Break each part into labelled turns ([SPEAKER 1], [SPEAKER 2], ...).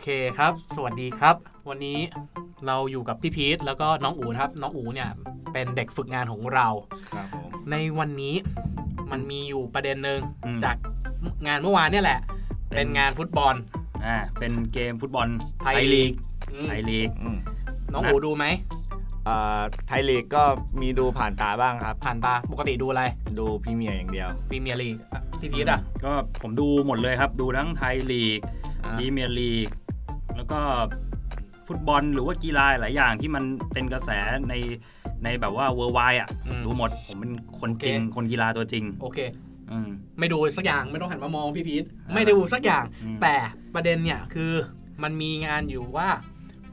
[SPEAKER 1] เคครับ สวัสดีครับ วันนี้เราอยู่กับพี่พีทแล้วก็น้องอูนะครับ น้องอูเนี่ยเป็นเด็กฝึกงานของเรา
[SPEAKER 2] ครับผม
[SPEAKER 1] ในวันนี้มันมีอยู่ประเด็นหนึ่ง
[SPEAKER 2] อืม
[SPEAKER 1] จากงานเมื่อวานเนี่ยแหละ เป็นงานฟุตบอล
[SPEAKER 2] อ่าเป็นเกมฟุตบอล
[SPEAKER 1] ไท
[SPEAKER 2] ไท
[SPEAKER 1] ย
[SPEAKER 2] ยลีก
[SPEAKER 1] อืม
[SPEAKER 2] ไทยลีก
[SPEAKER 3] อืม
[SPEAKER 1] น้องอูดูไหม
[SPEAKER 3] เอ่อไทยลีกก็มีดูผ่านตาบ้างครับ
[SPEAKER 1] ผ่านตาปกติดูอะไร
[SPEAKER 3] ดูพรีเมียร์อย่างเดียว
[SPEAKER 1] พรีเมียร์ลีกอ่ะพี่พีทอ่ะ
[SPEAKER 2] ก็ผมดูหมดเลยครับ ดูทั้งไทยลีก
[SPEAKER 1] อ่ะ
[SPEAKER 2] พรีเมียร์ลีก แล้วก็ฟุตบอลหรือว่ากีฬาหลายอย่างที่มันเป็นกระแสในในแบบว่าเวอร์ไวอ่ะ
[SPEAKER 1] อืม
[SPEAKER 2] รู้หมด ผมเป็นคนจริง
[SPEAKER 1] โอเค
[SPEAKER 2] คนกีฬาตัวจริง
[SPEAKER 1] โอเค
[SPEAKER 2] อืม
[SPEAKER 1] ไม่ดูสักอย่างไม่ต้องหันมามองพี่พีท
[SPEAKER 2] อ่า
[SPEAKER 1] ไม่ได้ดูสักอย่าง
[SPEAKER 2] อืม
[SPEAKER 1] แต่ประเด็นเนี่ยคือมันมีงานอยู่ว่า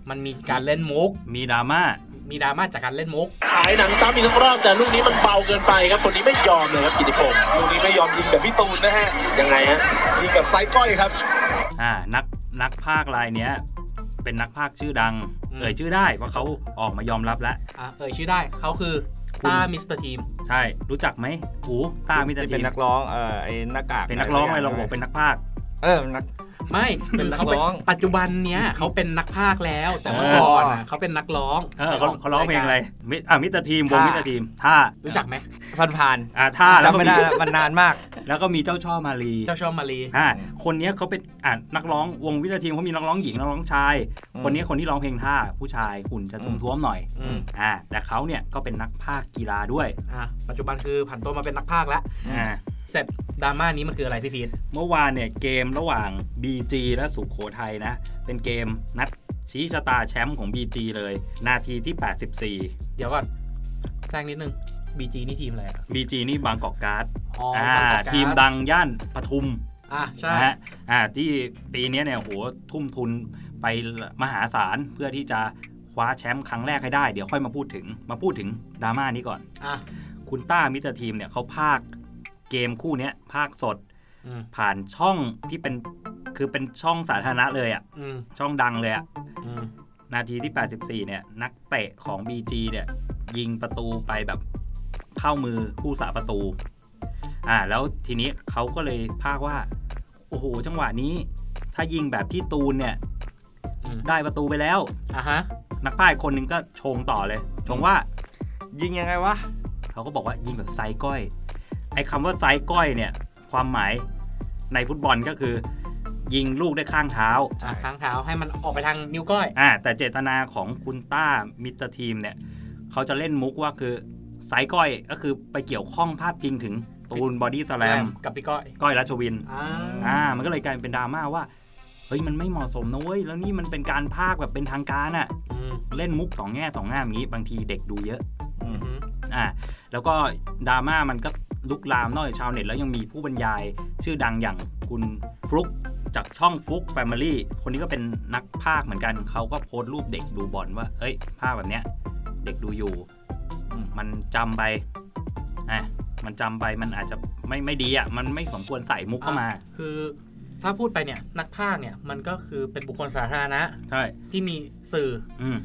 [SPEAKER 1] มันมีการเล่นมุก
[SPEAKER 2] มีดราม่า
[SPEAKER 1] มีดราม่าจากการเล่นมุก
[SPEAKER 4] ฉายหนังซ้ำอีกสักรอบแต่ลูกนี้มันเบาเกินไปครับคนนี้ไม่ยอมเลยครับกิติพงศ์ลูกนี้ไม่ยอมยิงแบบพี่ตูนนะฮะยังไงฮะยิงแบบไซส์ก้อยครับ
[SPEAKER 2] อ่า นักนักภาครายเนี้ย เป็นนักภาคชื่อดัง
[SPEAKER 1] อืม
[SPEAKER 2] เอ่ยชื่อได้เพราะเขาออกมายอมรับแล้ว
[SPEAKER 1] อ่ะเอ่ยชื่อได้เขาคือ
[SPEAKER 2] คุณ
[SPEAKER 1] ต้ามิสเตอร์ทีม
[SPEAKER 2] ใช่ รู้จักไหมหูตามิตร
[SPEAKER 3] ที่
[SPEAKER 2] ที
[SPEAKER 3] เป็น
[SPEAKER 2] ม
[SPEAKER 3] นักร้อง เอ่อไอ้หน้ากาก
[SPEAKER 2] เป็นนักร้องเลยเรา
[SPEAKER 3] สั
[SPEAKER 2] บอก
[SPEAKER 3] ย่
[SPEAKER 2] เป็นนักภาค
[SPEAKER 3] เออนัก
[SPEAKER 1] ไม่
[SPEAKER 3] เป็นนัก
[SPEAKER 1] ขา
[SPEAKER 3] ร้อง
[SPEAKER 1] ปัจจุบันเนี้ยเขาเป็นนักพากย์แล้ว แต่เมื่อ
[SPEAKER 2] เออ
[SPEAKER 1] ก่อนอ่ะเขาเป็นนักร้อง
[SPEAKER 2] เออเขาเขาร้องเพลงอะไรมิอ่ะมิตรทีมวง
[SPEAKER 3] ท่า
[SPEAKER 2] มิตรทีมท่า
[SPEAKER 1] รู้
[SPEAKER 2] รู้
[SPEAKER 1] จักไหม
[SPEAKER 3] ผ่านผ่าน
[SPEAKER 2] อ่าท่า
[SPEAKER 3] ๆ
[SPEAKER 2] แล้วก็
[SPEAKER 3] จำไม่
[SPEAKER 2] มี
[SPEAKER 3] ได้แล้วมันนานมาก
[SPEAKER 2] แล้วก็มีเจ้าช่อมาลี
[SPEAKER 1] เจ้าชอบมารี
[SPEAKER 2] อ่าคนเนี้ยเขาเป็นอ่านักร้องวงมิตรทีมเขามีนักร้องหญิงนักร้องชาย
[SPEAKER 3] อืม
[SPEAKER 2] คนเนี้ยคนที่ร้องเพลงท่าผู้ชายหุ่นจะ
[SPEAKER 3] อืม
[SPEAKER 2] ท้วมๆหน่อย
[SPEAKER 1] อืม
[SPEAKER 2] อ่าแต่เขาเนี่ยก็เป็นนักภาคกีฬาด้วย
[SPEAKER 1] อ่ะปัจจุบันคือผันตัวมาเป็นนักพากย์แล้ว
[SPEAKER 2] อ่า
[SPEAKER 1] เสร็จดราม่านี้มันคืออะไรพี่พีท
[SPEAKER 2] เมื่อวานเนี่ยเกมระหว่าง BG และสุโขทัยนะเป็นเกมนัดชี้ชะตาแชมป์ของ BG เลย นาทีที่
[SPEAKER 1] เดี๋ยวก่อนแซงนิดนึงบีจีนี่ทีมอะไรอ่ะ
[SPEAKER 2] 84 BG นี่บางกอกการ์ด
[SPEAKER 1] อ๋อ
[SPEAKER 2] อ่า
[SPEAKER 1] บงกอกกส
[SPEAKER 2] ทีมดังย่านปทุม
[SPEAKER 1] อ่ะใช่
[SPEAKER 2] นะฮะอ่าที่ปีเนี้ยเนี่ยโหทุ่มทุนไปมหาศาลเพื่อที่จะคว้าแชมป์ครั้งแรกให้ได้ เดี๋ยวค่อยมาพูดถึงมาพูดถึงดราม่านี้ก่อน
[SPEAKER 1] อ่ะ
[SPEAKER 2] คุณต้ามิตรทีมเนี่ยเขาพากย์เกมคู่เนี้ยพากย์สด
[SPEAKER 1] อืม
[SPEAKER 2] ผ่านช่องที่เป็นคือเป็นช่องสาธารณะเลยอะ่ะ
[SPEAKER 1] อืม
[SPEAKER 2] ช่องดังเลยอะ่ะ
[SPEAKER 1] อืม
[SPEAKER 2] นาทีที่ 84 เนี่ยนักเตะของ BG เนี่ยยิงประตูไปแบบเข้ามือผู้สาประตูอ่าแล้วทีนี้เขาก็เลยพากย์ว่า โอ้โห จังหวะนี้ ถ้ายิงแบบที่ตูนเนี่ย
[SPEAKER 1] อืม
[SPEAKER 2] ได้ประตูไปแล้ว
[SPEAKER 1] อ่ะฮะ
[SPEAKER 2] นักป้ายคนหนึงก็ชงต่อเลย ชงว่า
[SPEAKER 3] ยิงยังไงวะ
[SPEAKER 2] เขาก็บอกว่ายิงแบบไซส์ก้อย ไอ้คำว่าไซส์ก้อยเนี่ย ความหมายในฟุตบอลก็คือ ยิงลูกได้วยข้างเท้า
[SPEAKER 1] อ่ะทางเท้าให้มันออกไปทางนิ้วก้อย
[SPEAKER 2] อ่า แต่เจตนาของคุณต้ามิตรทีมเนี่ยเขาจะเล่นมุกว่าคือไซส์ก้อยก็คือไปเกี่ยวข้องพาดพิงถึงตู นบอดี้สแลม
[SPEAKER 1] กับพี่ก้อย
[SPEAKER 2] ก้อยรัชวิน
[SPEAKER 1] อ่า
[SPEAKER 2] อ่ามันก็เลยกลายเป็นดราม่าว่าเฮ้ยมันไม่เหมาะสมนะเว้ยแล้วนี่มันเป็นการพากย์แบบเป็นทางการอะ
[SPEAKER 1] อืม
[SPEAKER 2] เล่นมุกสองแง่สองงามอย่างนี้บางทีเด็กดูเยอะ
[SPEAKER 1] อืม
[SPEAKER 2] อ่าแล้วก็ดราม่ามันก็ลุกลามนอกจากชาวเน็ตแล้วยังมีผู้บรรยาย ชื่อดังอย่างคุณฟลุกจากช่องฟลุกแฟมิลี่คนนี้ก็เป็นนักพากย์เหมือนกันเขาก็โพสต์รูปเด็กดูบอลว่า เอ้ยพากย์แบบเนี้ย เด็กดูอยู่อืมมันจำไปอ่ะมันจำไปมันอาจจะไม่ไม่ดีอ่ะมันไม่สมควรใส่มุกเข้ามา
[SPEAKER 1] คือถ้าพูดไปเนี่ยนักพากย์เนี่ยมันก็คือเป็นบุคคลสาธารณะ
[SPEAKER 2] ใช่
[SPEAKER 1] ที่มีสื่อ
[SPEAKER 2] อืม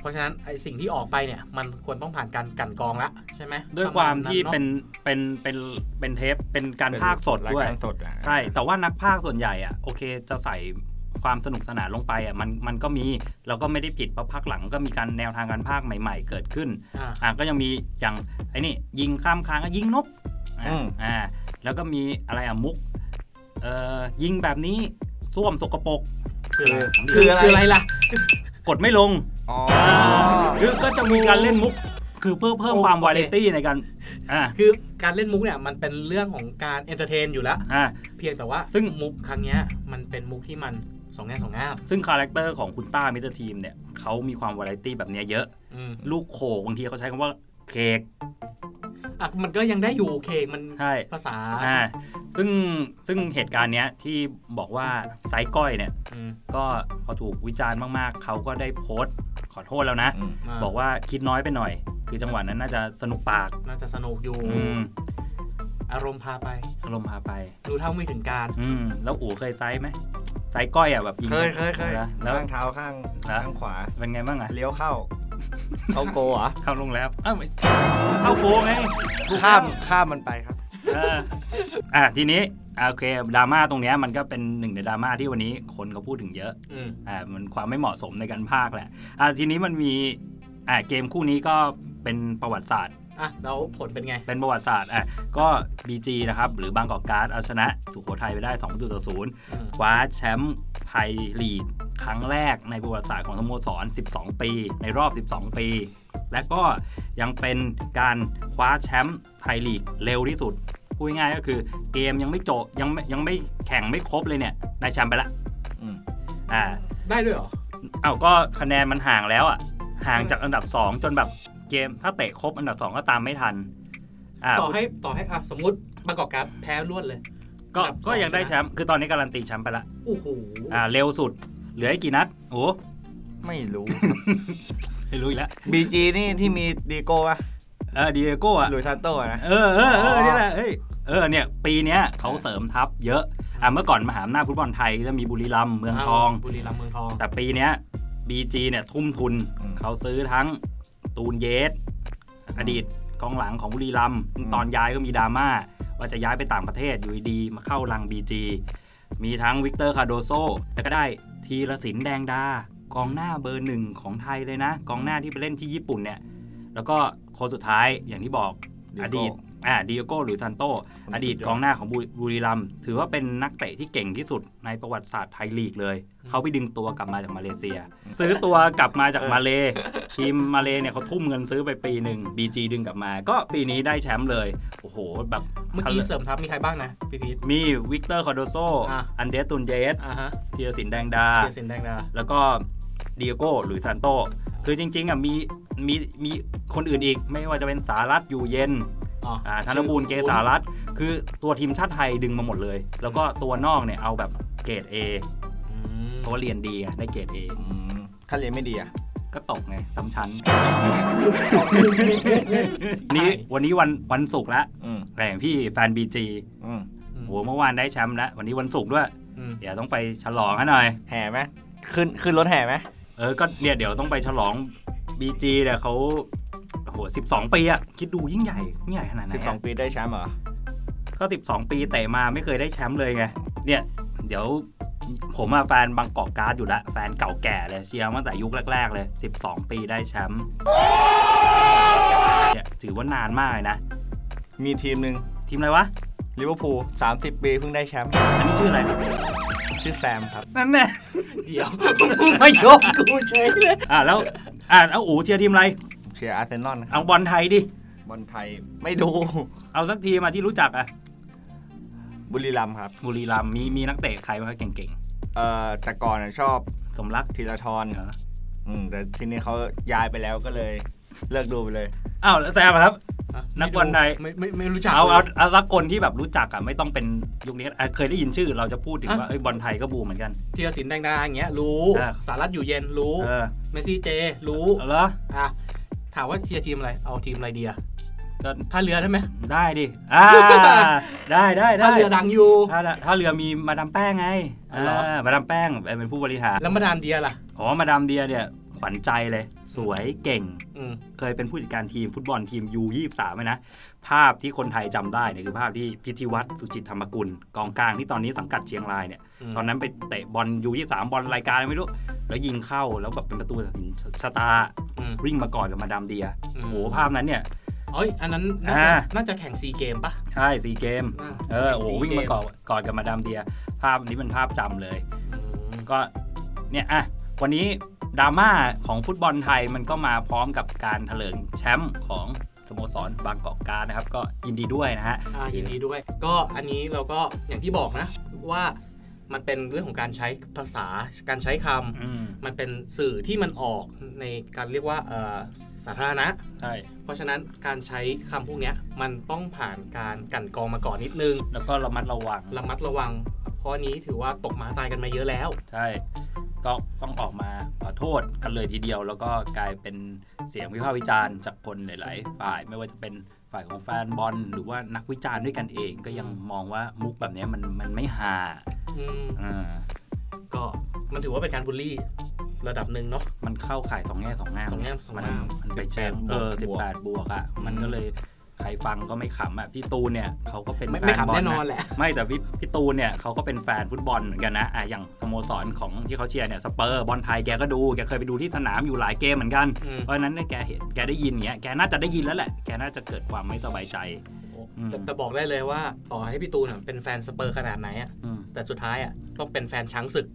[SPEAKER 1] เพราะฉะนั้นไอสิ่งที่ออกไปเนี่ยมันควรต้องผ่านการกลันกรองละใช่ไหม
[SPEAKER 2] ด้วยความที่
[SPEAKER 1] ประ
[SPEAKER 2] เป็
[SPEAKER 1] ณ
[SPEAKER 2] นเป็นเป็นเป็นเทปเป็นการ
[SPEAKER 3] เป็น
[SPEAKER 2] ภาคสด
[SPEAKER 3] ราย
[SPEAKER 2] ด้วย
[SPEAKER 3] การสดอ่ะ
[SPEAKER 2] ใช่แต่ว่านักภาคส่วนใหญ่อ่ะโอเคจะใส่ความสนุกสนานลงไปอ่ะมันมันก็มีแล้วก็ไม่ได้ผิดเพราะภาคหลังก็มีการแนวทางการภาคใหม่ ๆ เกิดขึ้น
[SPEAKER 1] อ่า
[SPEAKER 2] อ่ะก็ยังมีอย่างไอ้นี่ยิงข้ามคางอ่ะยิงนกอ่ะอ่าแล้วก็มีอะไรอ่ะมุกเอ่อยิงแบบนี้ส้วมสกปรก
[SPEAKER 1] คืออะไร
[SPEAKER 3] คืออะไร
[SPEAKER 1] คืออะไรล่ะ
[SPEAKER 2] กดไม่ลง
[SPEAKER 3] อ๋อ
[SPEAKER 2] หรือก็จะมีการเล่นมุก คือเพื่อเพิ่ม
[SPEAKER 1] โอเค
[SPEAKER 2] ความวาไรตี้ในการอ่า
[SPEAKER 1] คือการเล่นมุกเนี่ยมันเป็นเรื่องของการเอนเตอร์เทนอยู่แล้ว
[SPEAKER 2] อ่า
[SPEAKER 1] เพียงแต่ว่า
[SPEAKER 2] ซึ่ง
[SPEAKER 1] มุกครั้งเนี้ยมันเป็นมุกที่มันสองแง่สองงาม
[SPEAKER 2] ซึ่งคาแรคเตอร์ของคุณต้ามิสเตอร์ทีมเนี่ยเขามีความวาไรตี้แบบเนี้ยเยอะ
[SPEAKER 1] อืม
[SPEAKER 2] ลูกโขกบางทีเขาใช้คำว่าเค้ก
[SPEAKER 1] อ่ะมันก็ยังได้อยู่โอเคมัน
[SPEAKER 2] ใช่
[SPEAKER 1] ภาษา
[SPEAKER 2] อ่าซึ่งซึ่งเหตุการณ์เนี้ยที่บอกว่าไซส์ก้อยเนี่ย
[SPEAKER 1] อืม
[SPEAKER 2] ก็พอถูกวิจารณ์มากๆ เขาก็ได้โพสต์ขอโทษแล้วนะ
[SPEAKER 3] อืม
[SPEAKER 2] บอกว่าคิดน้อยไปหน่อย คือจังหวะนั้นน่าจะสนุกปาก
[SPEAKER 1] น่าจะสนุกอยู่
[SPEAKER 2] อืม
[SPEAKER 1] อารมณ์พาไป
[SPEAKER 2] อารมณ์พาไป
[SPEAKER 1] ดูเท่าไม่ถึงการ
[SPEAKER 2] อืมแล้วอู๋เคยไซส์ไหมไซส์ก้อยอ่ะแบบง
[SPEAKER 3] เคยเคยเคย
[SPEAKER 2] นะแล้ว
[SPEAKER 3] ข้างเท้าข้าง
[SPEAKER 2] แล้ว
[SPEAKER 3] ข้างขวา
[SPEAKER 2] เป็นไงบ้างอ่ะ
[SPEAKER 3] เลี้ยว เข้า เข้าโกเหรอ
[SPEAKER 2] เข้าโรงแรมเอ้าไม่เข้าโกงไง
[SPEAKER 3] ข้ามข้ามมันไปครับ
[SPEAKER 2] เอออ่ะทีนี้ อ่ะโอเคดราม่าตรงเนี้ยมันก็เป็นหนึ่งในดราม่าที่วันนี้คนก็พูดถึงเยอะ
[SPEAKER 1] อืม
[SPEAKER 2] อ่ามันความไม่เหมาะสมในการพากย์แหละอ่าทีนี้มันมีอ่าเกมคู่นี้ก็เป็นประวัติศาสตร์
[SPEAKER 1] อ่ะแล้วผลเป็นไง
[SPEAKER 2] เป็นประวัติศาสตร์อ่ะก็ BG นะครับหรือบางกอกการ์ดเอาชนะ สุโขทัยไปได้2ประตูต่อศูนย์
[SPEAKER 1] อืม
[SPEAKER 2] คว้าแชมป์ไทยลีกครั้งแรกในประวัติศาสตร์ของสโมสร 12 ปี ในรอบ 12 ปี และก็ยังเป็นการคว้าแชมป์ไทยลีกเร็วที่สุดพูดง่ายๆก็คือเกมยังไม่จบยังไม่ยังไม่แข่งไม่ครบเลยเนี่ยได้แชมป์ไปละ
[SPEAKER 3] อืม
[SPEAKER 2] อ่า
[SPEAKER 1] ได้ด้วยเหรอ
[SPEAKER 2] เอาก็คะแนนมันห่างแล้วอ่ะ ห่างจากอันดับ 2 จนแบบเกมถ้าเตะครบอันดับ 2 ก็ตามไม่ทันอ่า
[SPEAKER 1] ต่อให้ต่อให้อ่ะสมมติประกอบการแพ้รวดเลย
[SPEAKER 2] ก็
[SPEAKER 1] อันดับสอง
[SPEAKER 2] ก็ยังได้แชมป์คือตอนนี้การันตีแชมป์ไปละ
[SPEAKER 1] โอ้โห
[SPEAKER 2] อ่าเร็วสุด เหลืออีกกี่นัดโอ้โห
[SPEAKER 3] ไม่รู้
[SPEAKER 2] ไม่รู้อีกแล้ว
[SPEAKER 3] BG นี่ที่มีดีโก้ปะ
[SPEAKER 2] เออดีเอโก้อ่ะ
[SPEAKER 3] หลุยซานโต้อะนะ
[SPEAKER 2] เออเออเออ
[SPEAKER 3] อ๋อ
[SPEAKER 2] เนี่ยแหละเอ้ยเออเนี่ย ปีเนี้ยเขาเสริมทัพเยอะอ่าเมื่อก่อนมหาอำนาจฟุตบอลไทยจะมีบุรีรัมย์เมืองทอง
[SPEAKER 1] บุรีรัมย์เมืองทอง
[SPEAKER 2] แต่ปีเนี้ย BG เนี่ยทุ่มทุน
[SPEAKER 3] อืม
[SPEAKER 2] เขาซื้อทั้งตูนเยส อดีตกองหลังของบุรีรัมย์
[SPEAKER 3] อืม
[SPEAKER 2] ตอนย้ายก็มีดราม่า ว่าจะย้ายไปต่างประเทศอยู่ดีๆมาเข้ารัง BG มีทั้งวิกเตอร์คาร์โดโซแล้วก็ได้ทีละสินแดงดา กองหน้าเบอร์หนึ่งของไทยเลยนะ กองหน้าที่ไปเล่นที่ญี่ปุ่นเนี่ย แล้วก็คนสุดท้ายอย่างที่บอก อดีต อ่าดิโอโกหรือซันโต อดีตกองหน้าของบุบุรีรัมย์ถือว่าเป็นนักเตะที่เก่งที่สุดในประวัติศาสตร์ไทยลีกเลย
[SPEAKER 1] อืม
[SPEAKER 2] เขาไปดึงตัวกลับมาจากมาเลเซีย ซื้อตัวกลับมาจากมาเลทีมมาเลเนี่ยเขาทุ่มเงินซื้อไปปีหนึ่ง BG ดึงกลับมา ก็ปีนี้ได้แชมป์เลย โอ้โห แบบ
[SPEAKER 1] เมื่อกี้เสริมทัพมีใครบ้างนะพี่พีท
[SPEAKER 2] มีวิกเตอร์คอร์โดโซ
[SPEAKER 1] อ่ะ
[SPEAKER 2] อันเดรสตุนเยส
[SPEAKER 1] อ่าฮะ
[SPEAKER 2] เทียสินแดงดา
[SPEAKER 1] เจสินแดงดา
[SPEAKER 2] แล้วก็ดิโอโกหรือซานโต คือจริงๆอ่ะมีมีมีคนอื่นอีก ไม่ว่าจะเป็นสารัตอยู่เย็น
[SPEAKER 1] อ๋อ
[SPEAKER 2] อ่าธนบูรณ์เกษารัตน์คือตัวทีมชาติไทยดึงมาหมดเลย แล้วก็ตัวนอกเนี่ยเอาแบบเกรด A
[SPEAKER 1] อืม
[SPEAKER 2] เพราะว่าเรียนดีไงได้เกรด A
[SPEAKER 3] อืมถ้าเรียนไม่ดีอะ
[SPEAKER 2] ก็ตกไงซ้ำชั้น นี่วันนี้วันวันศุกร์ละ
[SPEAKER 3] อืม
[SPEAKER 2] แต่อย่างพี่แฟน BG
[SPEAKER 3] อืม
[SPEAKER 1] อืม
[SPEAKER 2] โหเมื่อวานได้แชมป์แล้ววันนี้วันศุกร์ด้วย
[SPEAKER 1] อืม
[SPEAKER 2] เดี๋ยวต้องไปฉลองให้หน่อย
[SPEAKER 3] แห่ไหมขึ้นขึ้นรถแห่ไหม
[SPEAKER 2] เออ ก็เนี่ยเดี๋ยวต้องไปฉลอง BG เนี่ยเขาโอ้โห12 ปีอะคิดดูยิ่งใหญ่ยิ่งใหญ่ขนาดไหน
[SPEAKER 3] สิบส
[SPEAKER 2] อะ
[SPEAKER 3] องปีได้แชมป์เหรอ
[SPEAKER 2] ก็ 12 ปีเตะมาไม่เคยได้แชมป์เลยไง เนี่ย เดี๋ยวผมอะแฟนบางกอกการ์ดอยู่ละแฟนเก่าแก่เลยเชียร์มาตั้งแต่ยุคแรก ๆ เลย 12 ปีได้แชมป์เนี่ยถือว่านานมากเลยนะ
[SPEAKER 3] มีทีมหนึ่ง
[SPEAKER 2] ทีมอะไรวะ
[SPEAKER 3] ลิเวอร์พูลสามสิบปีเพิ่งได้แชมป์
[SPEAKER 2] อันนี้ชื่ออะไรครับ
[SPEAKER 3] ชื่อแซมครับ
[SPEAKER 2] นั่นแน่
[SPEAKER 1] เดี๋ยว
[SPEAKER 2] ไม่ยกกูเฉยเลยอ่ะแล้วอ่ะเอาอูเชียร์ทีมอะไร
[SPEAKER 3] เชียร์อาร์เซนอลนะครับ
[SPEAKER 2] เอาบอลไทยดิ
[SPEAKER 3] บอลไทยไม่ดู
[SPEAKER 2] เอาสักทีมาที่รู้จักอะ
[SPEAKER 3] บุรีรัมย์ครับ
[SPEAKER 2] บุรีรัมย์มีมีนักเตะใครบ้างเก่ง
[SPEAKER 3] เอ่อแต่ก่อนน่ะชอบ
[SPEAKER 2] ๆ สมรัก
[SPEAKER 3] ธีรทร
[SPEAKER 2] เหรอ
[SPEAKER 3] อืมแต่ทีนี้เขาย้ายไปแล้วก็เลย เลิกดูไปเลย
[SPEAKER 2] อ้าวแล้วแซมอะครับ
[SPEAKER 1] อ่ะ
[SPEAKER 2] นักบอลใด
[SPEAKER 1] ไม่ไม่ไม่รู้จัก
[SPEAKER 2] เอาเอา
[SPEAKER 1] ลย
[SPEAKER 2] เอาสักคนที่แบบรู้จักอ่ะไม่ต้องเป็นยุคนี้อ่ะเคยได้ยินชื่อเราจะพูดถึง
[SPEAKER 1] อ่ะ
[SPEAKER 2] ว่าเอ้ยบอลไทยก็บูมเหมือนกัน
[SPEAKER 1] ธีรศิลป์แดงดาอย่างเงี้ยรู้
[SPEAKER 2] อ่ะ
[SPEAKER 1] สารัตอยู่เย็นรู้
[SPEAKER 2] เออ
[SPEAKER 1] เมสซี่เจรู้
[SPEAKER 2] เอาเหรอ
[SPEAKER 1] อ่ะ ถามว่าเชียร์ทีมอะไร เอาทีมอะไรดีอะ
[SPEAKER 2] ก็
[SPEAKER 1] ท่าเรือได้ไหม
[SPEAKER 2] ได้ ดิอ่าได้ได้ได้
[SPEAKER 1] ท่าเรือดังอยู่
[SPEAKER 2] ถ้าถ้าเรือมีมาดามแป้งไง
[SPEAKER 1] อ๋อเหรออ่
[SPEAKER 2] ามาดามแป้งเป็นผู้บริหาร
[SPEAKER 1] แล้วมาดามเดียล่ะ
[SPEAKER 2] อ๋อมาดามเดียเนี่ยขวัญใจเลย สวยเก่ง
[SPEAKER 1] อืม
[SPEAKER 2] เคยเป็นผู้จัดการทีมฟุตบอลทีม U23 ไหมนะ ภาพที่คนไทยจำได้เนี่ยคือภาพที่พิธีวัตรสุจิตธรรมกุลกองกลางที่ตอนนี้สังกัดเชียงรายเนี่ย
[SPEAKER 1] ม
[SPEAKER 2] ตอนนั้นไปเตะบอลยูยี่สามบอลรายการอะไรไม่รู้ แล้วยิงเข้าแล้วแบบเป็นประตูตัดสินชะตา
[SPEAKER 1] อืม
[SPEAKER 2] วิ่งมาก่อนกับมาดามเดีย
[SPEAKER 1] อืม
[SPEAKER 2] โอ้โหภาพนั้นเนี่ย
[SPEAKER 1] เอ้ย อันนั้นน่าจะ
[SPEAKER 2] อ่า
[SPEAKER 1] น่าจะแข่งซีเกมปะ
[SPEAKER 2] ใช่สีเกม
[SPEAKER 1] น่า
[SPEAKER 2] เออโอ้โห
[SPEAKER 1] แข่ SEA
[SPEAKER 2] วิ่งมาก่อนก่อนกับมาดามเดีย ภาพนี้เป็นภาพจำเลย
[SPEAKER 1] อืม
[SPEAKER 2] ก็เนี่ยอ่ะวันนี้ดราม่าของฟุตบอลไทยมันก็มาพร้อมกับการเถลิงแชมป์ของสโมสรบางกอกการดนะครับ ก็ยินดีด้วยนะฮะ
[SPEAKER 1] อ่ายินดีด้วย ก็อันนี้เราก็อย่างที่บอกนะ ว่ามันเป็นเรื่องของการใช้ภาษา การใช้คำ
[SPEAKER 2] อืม
[SPEAKER 1] มันเป็นสื่อที่มันออกในการเรียกว่าเอ่อสาธารณะ
[SPEAKER 2] ใช่
[SPEAKER 1] เพราะฉะนั้นการใช้คำพวกเนี้ยมันต้องผ่านการกลั่นกรองมาก่อนนิดนึง
[SPEAKER 2] แล้วก็ระมัดระวัง
[SPEAKER 1] ระมัดระวัง เพราะอันนี้ถือว่าตกหมาตายกันมาเยอะแล้ว
[SPEAKER 2] ใช่ ก็ต้องออกมาขอโทษกันเลยทีเดียว แล้วก็กลายเป็นเสียงวิพากษ์วิจารณ์จากคนหลาย ๆ ฝ่าย ไม่ว่าจะเป็นฝ่ายของแฟนบอล หรือว่านักวิจารณ์ด้วยกันเอง ก็ยังมองว่ามุกแบบเนี้ยมันมันไม่หา
[SPEAKER 1] อืม
[SPEAKER 2] อ่า
[SPEAKER 1] ก็มันถือว่าเป็นการบูลลี่ระดับหนึ่งเนาะ
[SPEAKER 2] มันเข้าข่ายสองแง่สองงาม
[SPEAKER 1] สองแง่สอง
[SPEAKER 2] มัน
[SPEAKER 1] งาม
[SPEAKER 2] มันไปเชิงเออสิบแปดบวกอ่ะ มันก็เลย ใครฟังก็ไม่ขำอ่ะพี่ตูนเนี่ยเขาก็เป็น
[SPEAKER 1] ไม่
[SPEAKER 2] แฟ
[SPEAKER 1] ไม่
[SPEAKER 2] นบ
[SPEAKER 1] ขำ
[SPEAKER 2] อล
[SPEAKER 1] แน่นอน
[SPEAKER 2] นะ
[SPEAKER 1] แหละ
[SPEAKER 2] ไม่แต่พี่พี่ตูนเนี่ยเขาก็เป็นแฟนฟุตบอลเหมือนกันนะอ่ะอย่างสโมสรของที่เขาเชียร์เนี่ยสเปอร์บอลไทยแกก็ดูแกเคยไปดูที่สนามอยู่หลายเกมเหมือนกัน
[SPEAKER 1] อืม
[SPEAKER 2] เพราะฉะนั้นเนี่ยแกเห็นแกได้ยินเงี้ยแกน่าจะได้ยินแล้วแหละแกน่าจะเกิดความไม่สบายใจ อืม
[SPEAKER 1] แต่แต่บอกได้เลยว่าต่อให้พี่ตูนอะเป็นแฟนสเปอร์ขนาดไหนอะ
[SPEAKER 2] อืม
[SPEAKER 1] แต่สุดท้ายอะต้องเป็นแฟนช้างศึก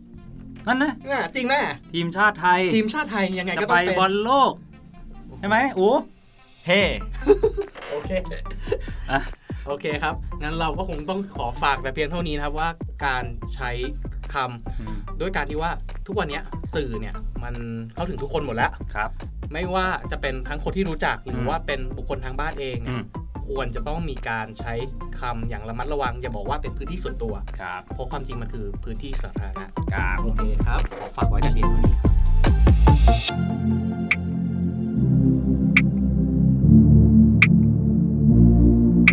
[SPEAKER 2] นั่นนะ
[SPEAKER 1] น่ะจ ริงแม่
[SPEAKER 2] ทีมชาติไทย
[SPEAKER 1] ทีมชาติไทยยังไงก็
[SPEAKER 2] จะ
[SPEAKER 1] ต้
[SPEAKER 2] ไป
[SPEAKER 1] องเป็น
[SPEAKER 2] บอลโลกใช่ไหมอู๋
[SPEAKER 3] เฮ้
[SPEAKER 1] โอเค
[SPEAKER 2] อ่ะ
[SPEAKER 1] โอเคครับงั้นเราก็คงต้องขอฝากแต่เพียงเท่านี้นะครับว่าการใช้คำ
[SPEAKER 2] อืม
[SPEAKER 1] ด้วยการที่ว่าทุกวันเนี้ยสื่อเนี่ยมันเข้าถึงทุกคนหมดแล้ว
[SPEAKER 2] ครับ
[SPEAKER 1] ไม่ว่าจะเป็นทั้งคนที่รู้จักหรือ
[SPEAKER 2] ม
[SPEAKER 1] ว่าเป็นบุคคลทางบ้านเอง
[SPEAKER 2] อื
[SPEAKER 1] เนี่ย
[SPEAKER 2] ม
[SPEAKER 1] ควรจะต้องมีการใช้คำอย่างระมัดระวัง อย่าบอกว่าเป็นพื้นที่ส่วนตัว
[SPEAKER 2] ครับ
[SPEAKER 1] เพราะความจริงมันคือพื้นที่สาธารณะ
[SPEAKER 2] ครับ
[SPEAKER 1] โอเคครับ ขอฝากไว้แต่เพียงเท่านี้